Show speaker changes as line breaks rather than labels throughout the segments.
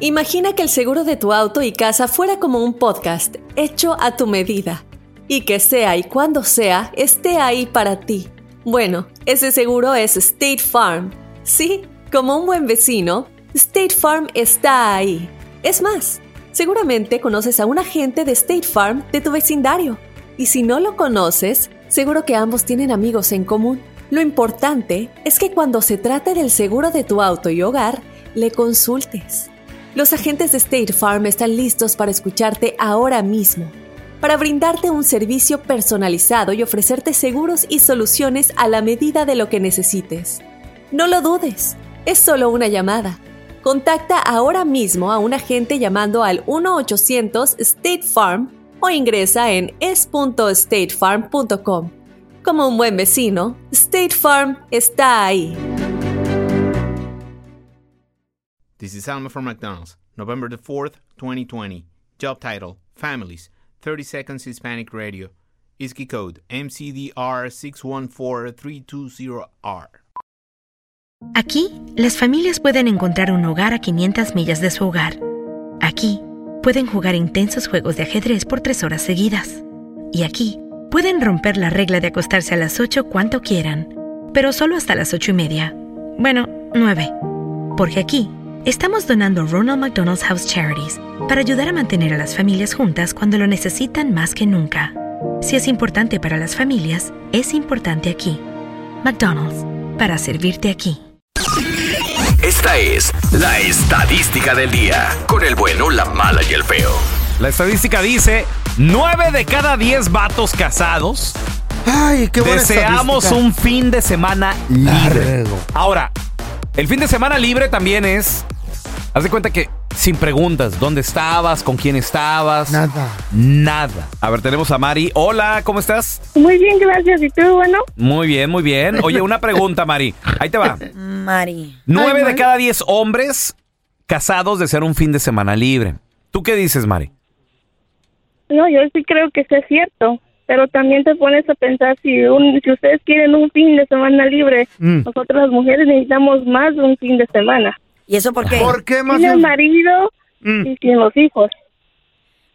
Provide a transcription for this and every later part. Imagina que el seguro de tu auto y casa fuera como un podcast hecho a tu medida y que sea y cuando sea esté ahí para ti. Bueno, ese seguro es State Farm. Sí, como un buen vecino, State Farm está ahí. Es más, seguramente conoces a un agente de State Farm de tu vecindario. Y si no lo conoces, seguro que ambos tienen amigos en común. Lo importante es que cuando se trate del seguro de tu auto y hogar, le consultes. Los agentes de State Farm están listos para escucharte ahora mismo, para brindarte un servicio personalizado y ofrecerte seguros y soluciones a la medida de lo que necesites. No lo dudes, es solo una llamada. Contacta ahora mismo a un agente llamando al 1-800 State Farm o ingresa en es.statefarm.com. Como un buen vecino, State Farm está ahí.
This is Alma from McDonald's, November the 4th, 2020. Job title Families, 30 Seconds Hispanic Radio. ISKI code MCDR614320R.
Aquí, las familias pueden encontrar un hogar a 500 millas de su hogar. Aquí, pueden jugar intensos juegos de ajedrez por tres horas seguidas. Y aquí, pueden romper la regla de acostarse a las 8 cuanto quieran, pero solo hasta las 8 y media. Bueno, 9. Porque aquí, Estamos donando Ronald McDonald's House Charities para ayudar a mantener a las familias juntas cuando lo necesitan más que nunca. Si es importante para las familias, es importante aquí. McDonald's, para servirte aquí.
Esta es la estadística del día, con el bueno, la mala y el feo.
La estadística dice, 9 de cada 10 vatos casados
Ay, qué buena
deseamos
estadística.
un fin de semana libre.
Largo.
Ahora, el fin de semana libre también es. Haz de cuenta que sin preguntas, ¿dónde estabas? ¿Con quién estabas?
Nada.
Nada. A ver, tenemos a Mari. Hola, ¿cómo estás?
Muy bien, gracias. ¿Y tú, bueno?
Muy bien, muy bien. Oye, una pregunta, Mari. Ahí te va.
Mari.
Nueve de cada diez hombres casados de ser un fin de semana libre. ¿Tú qué dices, Mari?
No, yo sí creo que sí es cierto, pero también te pones a pensar si un, si ustedes quieren un fin de semana libre,
Mm.
nosotras las mujeres necesitamos más de un fin de semana.
¿Y eso
Ah.
porque
¿Por qué más?
Sin el
bien?
marido
Mm.
y sin los hijos.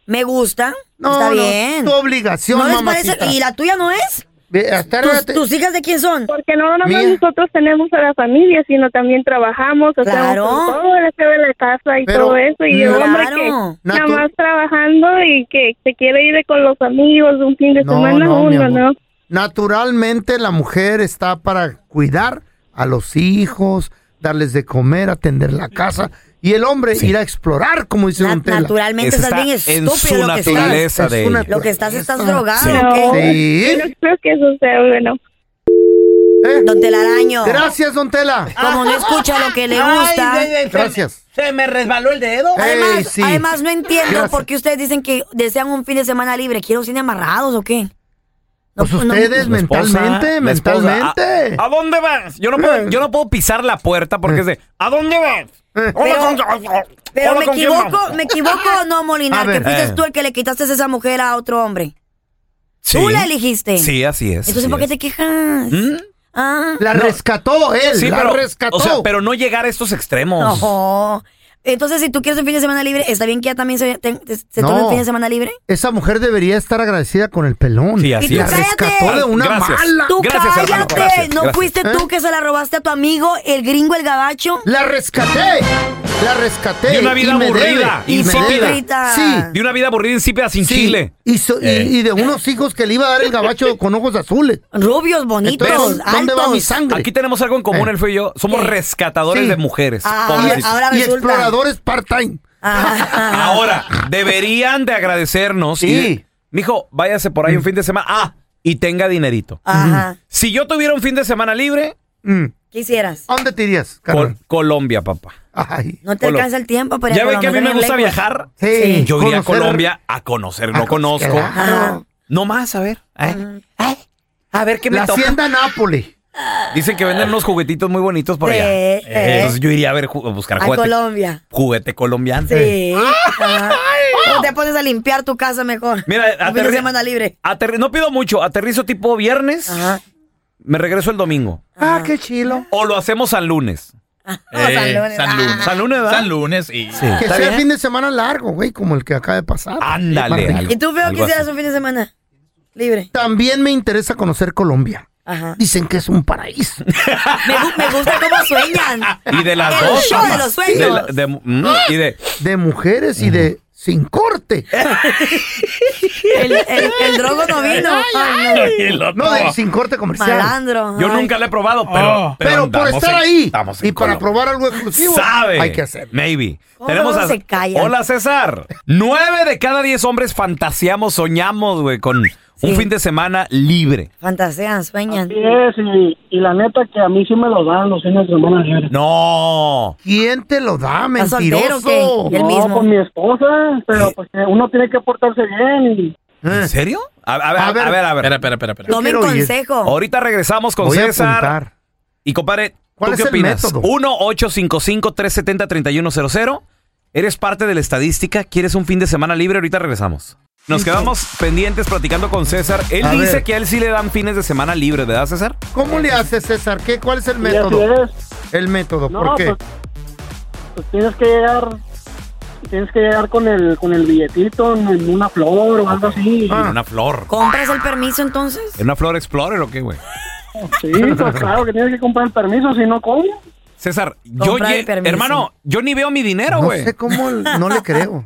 Me gusta.
No,
está
no,
bien.
Tu obligación,
¿No les parece?
mamacita.
¿Y la tuya no es?
Ve, hasta
¿Tus,
ahora
tus hijas de quién son?
Porque no nomás
Mira.
nosotros tenemos a la familia, sino también trabajamos, hacemos
Claro.
todo el aseo de la casa y
Pero,
todo eso. Y el
claro.
hombre que nada
Natu-
más trabajando y que se quiere ir con los amigos de un fin de
No,
semana,
no, mi
uno,
amor.
¿no?
Naturalmente la mujer está para cuidar a los hijos, darles de comer, atender la casa y el hombre ir a explorar, como dice
Na-
Don Tela.
naturalmente
Esa
estás bien
está en
estúpido
su
lo que
naturaleza.
estás.
Esa de
una
Lo que estás, estás drogado.
Sí.
¿o qué?
Sí.
Yo no creo que eso sea bueno.
¿Eh?
Don Ah, Telaraño.
Gracias, Don Tela.
Como no escucha lo que le gusta.
Gracias.
Se me resbaló el dedo.
Además,
Ey, sí.
además, no entiendo
Gracias.
por qué ustedes dicen que desean un fin de semana libre. ¿Quieren cine amarrados o qué? No,
Pues
no-
ustedes
La esposa,
mentalmente,
la esposa. ah,
mentalmente.
¿A, a dónde vas? Yo no, puedo, yo no puedo pisar la puerta porque es de, ¿a dónde vas? Hola,
Eh.
Pero-
con-
Pero
hola,
me
¿con quién
equivoco,
vamos?
me equivoco o no,
A
Molinar, que
ver.
fuiste
Eh.
tú el que le quitaste esa mujer a otro hombre. Tú
Sí.
la elegiste.
Sí, así es.
Entonces,
así
¿por qué
es.
te quejas?
¿Mm?
Ah,
La rescató él,
Sí,
la
pero,
rescató.
o sea, pero no llegar a estos extremos.
no. Entonces, si tú quieres un fin de semana libre, ¿está bien que ya también se, te- te- se
No.
tome un fin de semana libre?
Esa mujer debería estar agradecida con el pelón.
Sí, así
Y tú
la
es.
cállate.
rescató de una
Gracias.
mala.
Tú
Gracias,
cállate.
hermano, gracias,
¿No
gracias.
fuiste tú que se la robaste a tu amigo, el gringo, el gabacho?
La rescaté. La rescaté.
Y una vida
me
aburrida,
debe, y me debe.
insípida.
Sí.
De una vida aburrida insípida sin
sí.
chile. Eh.
Y, so- y- y de unos hijos que le iba a dar el gabacho con ojos azules.
Rubios, bonitos,
Entonces, ¿dónde va mi
altos.
sangre?
Aquí tenemos algo en común,
Eh.
el feo y yo. Somos
¿Qué?
rescatadores
Sí.
de mujeres.
Ah,
pobrecitos.
ahora-
y
resulta.
exploradores part-time.
Ah.
Ahora, deberían de agradecernos.
Sí. Mm.
y de- mijo, váyase por ahí un fin de semana. Ah, y tenga dinerito.
Ah.
Ajá.
Si yo tuviera un fin de semana libre,
Mm.
¿Qué hicieras?
¿A dónde te irías,
Col-
carnal?
Colombia, papá.
Ay.
No te
Colo-
alcanza el tiempo, pero
ya ven que a mí me gusta viajar.
Sí,
Yo iría a
conocer-
Colombia a conocer. No
Ah,
conozco.
claro.
No más, a ver. ¿eh? Ay, a ver qué me
La
toca.
hacienda Nápoles.
Dicen que venden unos juguetitos muy bonitos por
Sí,
allá.
eh.
Entonces yo iría a ver ju- a buscar
A
juguete,
Colombia.
juguete colombiano.
Sí. Ajá. O te pones a limpiar tu casa mejor.
Mira,
un fin de
aterri-
semana libre.
Aterri- no pido mucho, aterrizo tipo viernes,
Ajá.
me regreso el domingo.
Ah, qué chilo.
O lo hacemos al lunes.
San Lunes. Ah.
San Lunes.
San Lunes, ¿verdad?
San Lunes y
Que
Ah, ¿Está
sea
bien?
fin de semana largo, güey, como el que acaba de pasar.
Ándale.
Más
algo-
¿Y tú, Feo,
algo
qué hicieras
así.
un fin de semana? Libre.
También me interesa conocer Colombia.
Ajá.
Dicen que es un paraíso.
Me, gu- me gusta cómo sueñan.
Ah, Y de las
El
dos.
show
ama.
de los sueños.
la- de- mm, y de-
De mujeres y de sin corte.
El, el, el drogo no vino. Ay, no.
el otro.
No, de sin corte comercial.
Malandro.
yo
ay.
nunca la he probado, pero.
Oh.
Pero, por
andamos
estar
en-
ahí
estamos en
y para
Colombia.
probar algo exclusivo,
Sabe.
hay que hacerlo.
Maybe.
¿Cómo
Tenemos
no
a...
se callan?
Hola, César. Nueve de cada diez hombres fantaseamos, soñamos, güey, con un
Sí.
fin de semana libre.
Fantasean, sueñan.
es, y, y la neta que a mí sí me lo dan los fines de semana libres.
No.
¿Quién te lo da,
¿Estás soltero o
mentiroso?
qué? Y el
No,
mismo.
con mi esposa, pero pues que uno tiene que portarse bien y
¿En serio? A, a ver,
Eh. A
a ver,
ver.
a ver.
Espera, espera, espera, espera.
Tomen
quiero ir.
consejo.
Ahorita regresamos con
Voy a
César.
apuntar.
Y compadre,
¿Cuál
¿tú
es
qué
el
opinas?
método?
1-855-370-3100. ¿Eres parte de la estadística? ¿Quieres un fin de semana libre? Ahorita regresamos. Nos quedamos pendientes platicando con César. Él
A
dice
ver. Ah.
que a él sí le dan fines de semana libre, ¿verdad, César?
¿Cómo le hace César? ¿Qué, ¿Cuál es el
y así
método?
es.
El método,
No,
¿por qué?
Pues, pues tienes que llegar tienes que llegar con el con el billetito en, en una flor o algo así.
En una flor.
¿Compras el permiso entonces?
¿En una flor Explorer o qué, güey?
Sí, pues claro que tienes que comprar el permiso, si no ¿cómo?
César, yo
Comprar el
lle-
permiso.
hermano, yo ni veo mi dinero,
no
güey.
sé cómo, el- no le creo.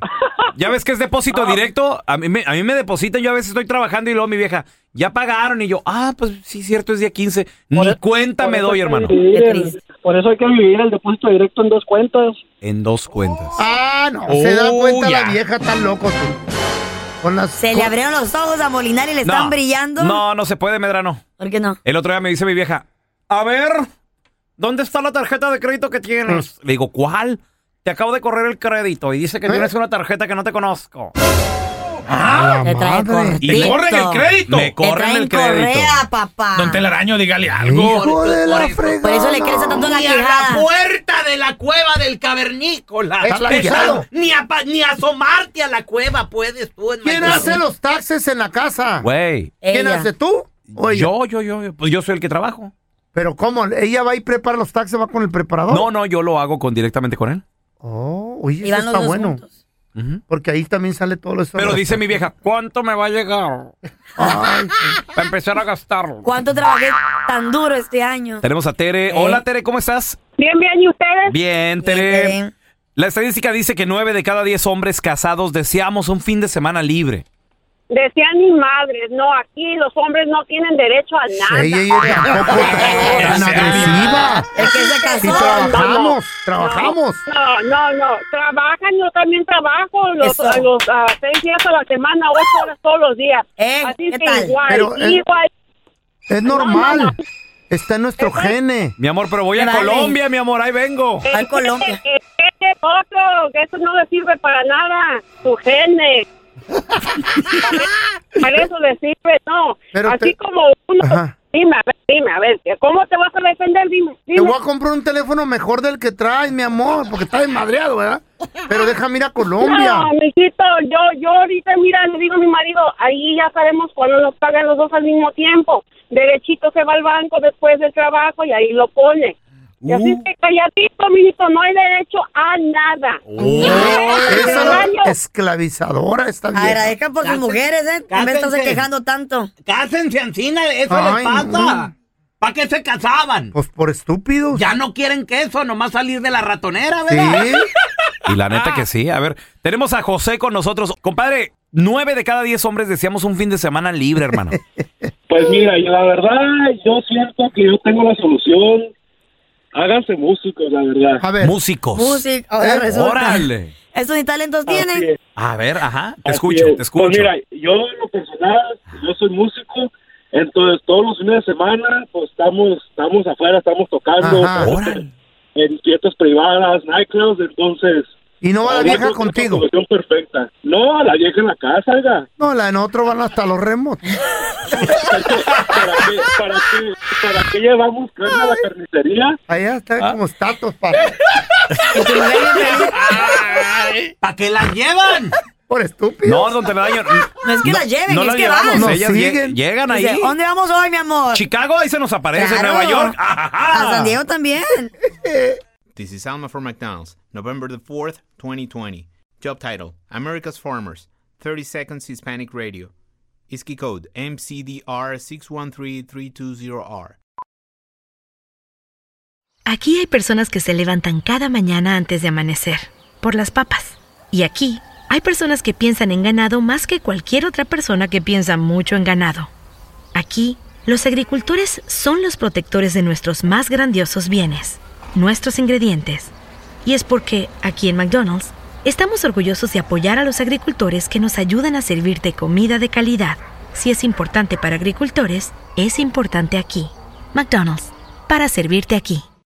Ya ves que es depósito directo. A mí, me, a mí me depositan, yo a veces estoy trabajando y luego mi vieja, ya pagaron. Y yo, ah, pues sí, cierto, es día 15. Ni cuenta
Por
me
eso
doy,
hay que
hermano.
dividir
Qué
el-
triste.
por eso hay que dividir el depósito directo en dos cuentas.
En dos cuentas.
Ah, no, se da
Oh,
cuenta
ya.
la vieja tan loco tú. Con las
Se le
con-
abrieron los ojos a Molinar y le están brillando.
No, no se puede, Medrano.
¿Por qué no?
El otro día me dice mi vieja, a ver, ¿dónde está la tarjeta de crédito que tienes? Le digo, ¿cuál? Te acabo de correr el crédito y dice que
¿Eh?
tienes una tarjeta que no te conozco.
a la
Le trae
Ah, madre.
Y
cortito.
corren el crédito.
Me
Le
corren
traen
el crédito.
correa, papá.
Don Telaraño, dígale algo.
Hijo de la
Por eso le crece
fregada.
tanto la quijada.
puerta de la cueva del cavernícola.
Es la
Pesado.
llave.
Ni, a pa- ni asomarte a la cueva puedes tú. en
¿Quién
Miami.
hace los taxes en la casa?
Güey,
¿Quién
Ella.
hace tú? Oye,
yo, yo, yo, yo, pues yo soy el que trabajo.
pero ¿cómo? ¿Ella va y prepara los taxes? ¿Va con el preparador?
No, no, yo lo hago con directamente con él.
Oh, oye,
Y
eso
van los
está
dos
bueno.
juntos.
Ujú.
Porque ahí también sale todo eso.
Pero dice mi vieja, ¿cuánto me va a llegar
Ay,
para empezar a gastarlo?
¿Cuánto trabajé tan duro este año?
Tenemos a Tere.
Eh.
Hola, Tere, ¿cómo estás?
Bien, bien, ¿y ustedes?
Bien, Tere.
Tere.
La estadística dice que 9 de cada 10 hombres casados deseamos un fin de semana libre.
Decían mis madres, no, aquí los hombres no tienen derecho a nada.
ella, ella tampoco tan agresiva.
El que se
Si
casó.
trabajamos, trabajamos.
No, no, no, trabajan, yo también trabajo los,
Eso.
a los a, seis días a la semana, ocho horas todos los días.
Eh,
Así
¿qué
que
tal?
igual,
Pero, eh,
igual.
Es
No, no,
normal.
no.
Está en nuestro gene.
Mi amor, pero voy a
Vale.
Colombia, mi amor, ahí vengo.
Ay, Colombia.
Eh, eh, eh, otro, que eso no le sirve para nada, tu gene. para eso le sirve, no.
Pero
Así
te-
como uno...
Ajá.
Dime, a ver, dime, a ver, ¿cómo te vas a defender? Dime,
Te
dime.
voy a comprar un teléfono mejor del que traes, mi amor, porque está desmadreado, ¿verdad? Pero déjame ir a Colombia.
No, Ah, mijito, yo, yo ahorita, mira, le digo a mi marido, ahí ya sabemos cuándo nos pagan los dos al mismo tiempo. Derechito se va al banco después del trabajo y ahí lo pone. Y así
Uh.
que calladito, mijito, no hay derecho a nada.
Oh.
Esa
Caballo.
esclavizadora está bien.
Agradezcan por sus mujeres, ¿eh? En vez de estarse
cásense.
quejando tanto.
Cásense, Ancina, eso
les Ay, pasa. no.
¿Para qué se casaban?
Pues por estúpidos.
Ya no quieren queso, nomás salir de la ratonera,
Sí.
Y la neta que sí. A ver, tenemos a José con nosotros. Compadre, 9 de cada 10 hombres deseamos un fin de semana libre, hermano.
Pues mira, la verdad, yo siento que yo tengo la solución. Háganse músicos, la verdad.
A ver,
Músicos.
Música. Ahora
Eh,
resulta.
Órale.
Esos ni talentos
Así
tienen.
es,
A ver, ajá. Te
así
escucho,
es.
te escucho.
Pues mira, yo en lo personal, yo soy músico, entonces todos los fines de semana, pues estamos, estamos afuera, estamos tocando
Ah.
Ajá.
estamos
Órale.
en fiestas privadas, nightclubs, entonces...
y no va la
ahorita
vieja
es una
contigo.
solución perfecta. No, la vieja en la casa, oiga.
No, la en otro van hasta los remos.
¿Para qué, para qué, para qué llevamos carne a la carnicería?
Allá
Ah.
está como estatus, papá.
¿Para qué las llevan?
Por estúpidos.
No, don Telaraño.
No es que la lleven, es
la
que
llevamos.
van.
Nos
Ellas lle-
siguen.
llegan ahí.
Dice, ¿dónde vamos hoy, mi amor?
Chicago, ahí se nos aparece.
Claro.
Nueva York. ajá.
A San Diego también.
This is Alma for McDonald's, November the 4th, 2020. Job title America's Farmers, 30 Seconds Hispanic Radio. ISKI code MCDR613320R.
Aquí hay personas que se levantan cada mañana antes de amanecer, por las papas. Y aquí hay personas que piensan en ganado más que cualquier otra persona que piensa mucho en ganado. Aquí, los agricultores son los protectores de nuestros más grandiosos bienes, nuestros ingredientes. Y es porque, aquí en McDonald's, estamos orgullosos de apoyar a los agricultores que nos ayudan a servirte comida de calidad. Si es importante para agricultores, es importante aquí. McDonald's, para servirte aquí.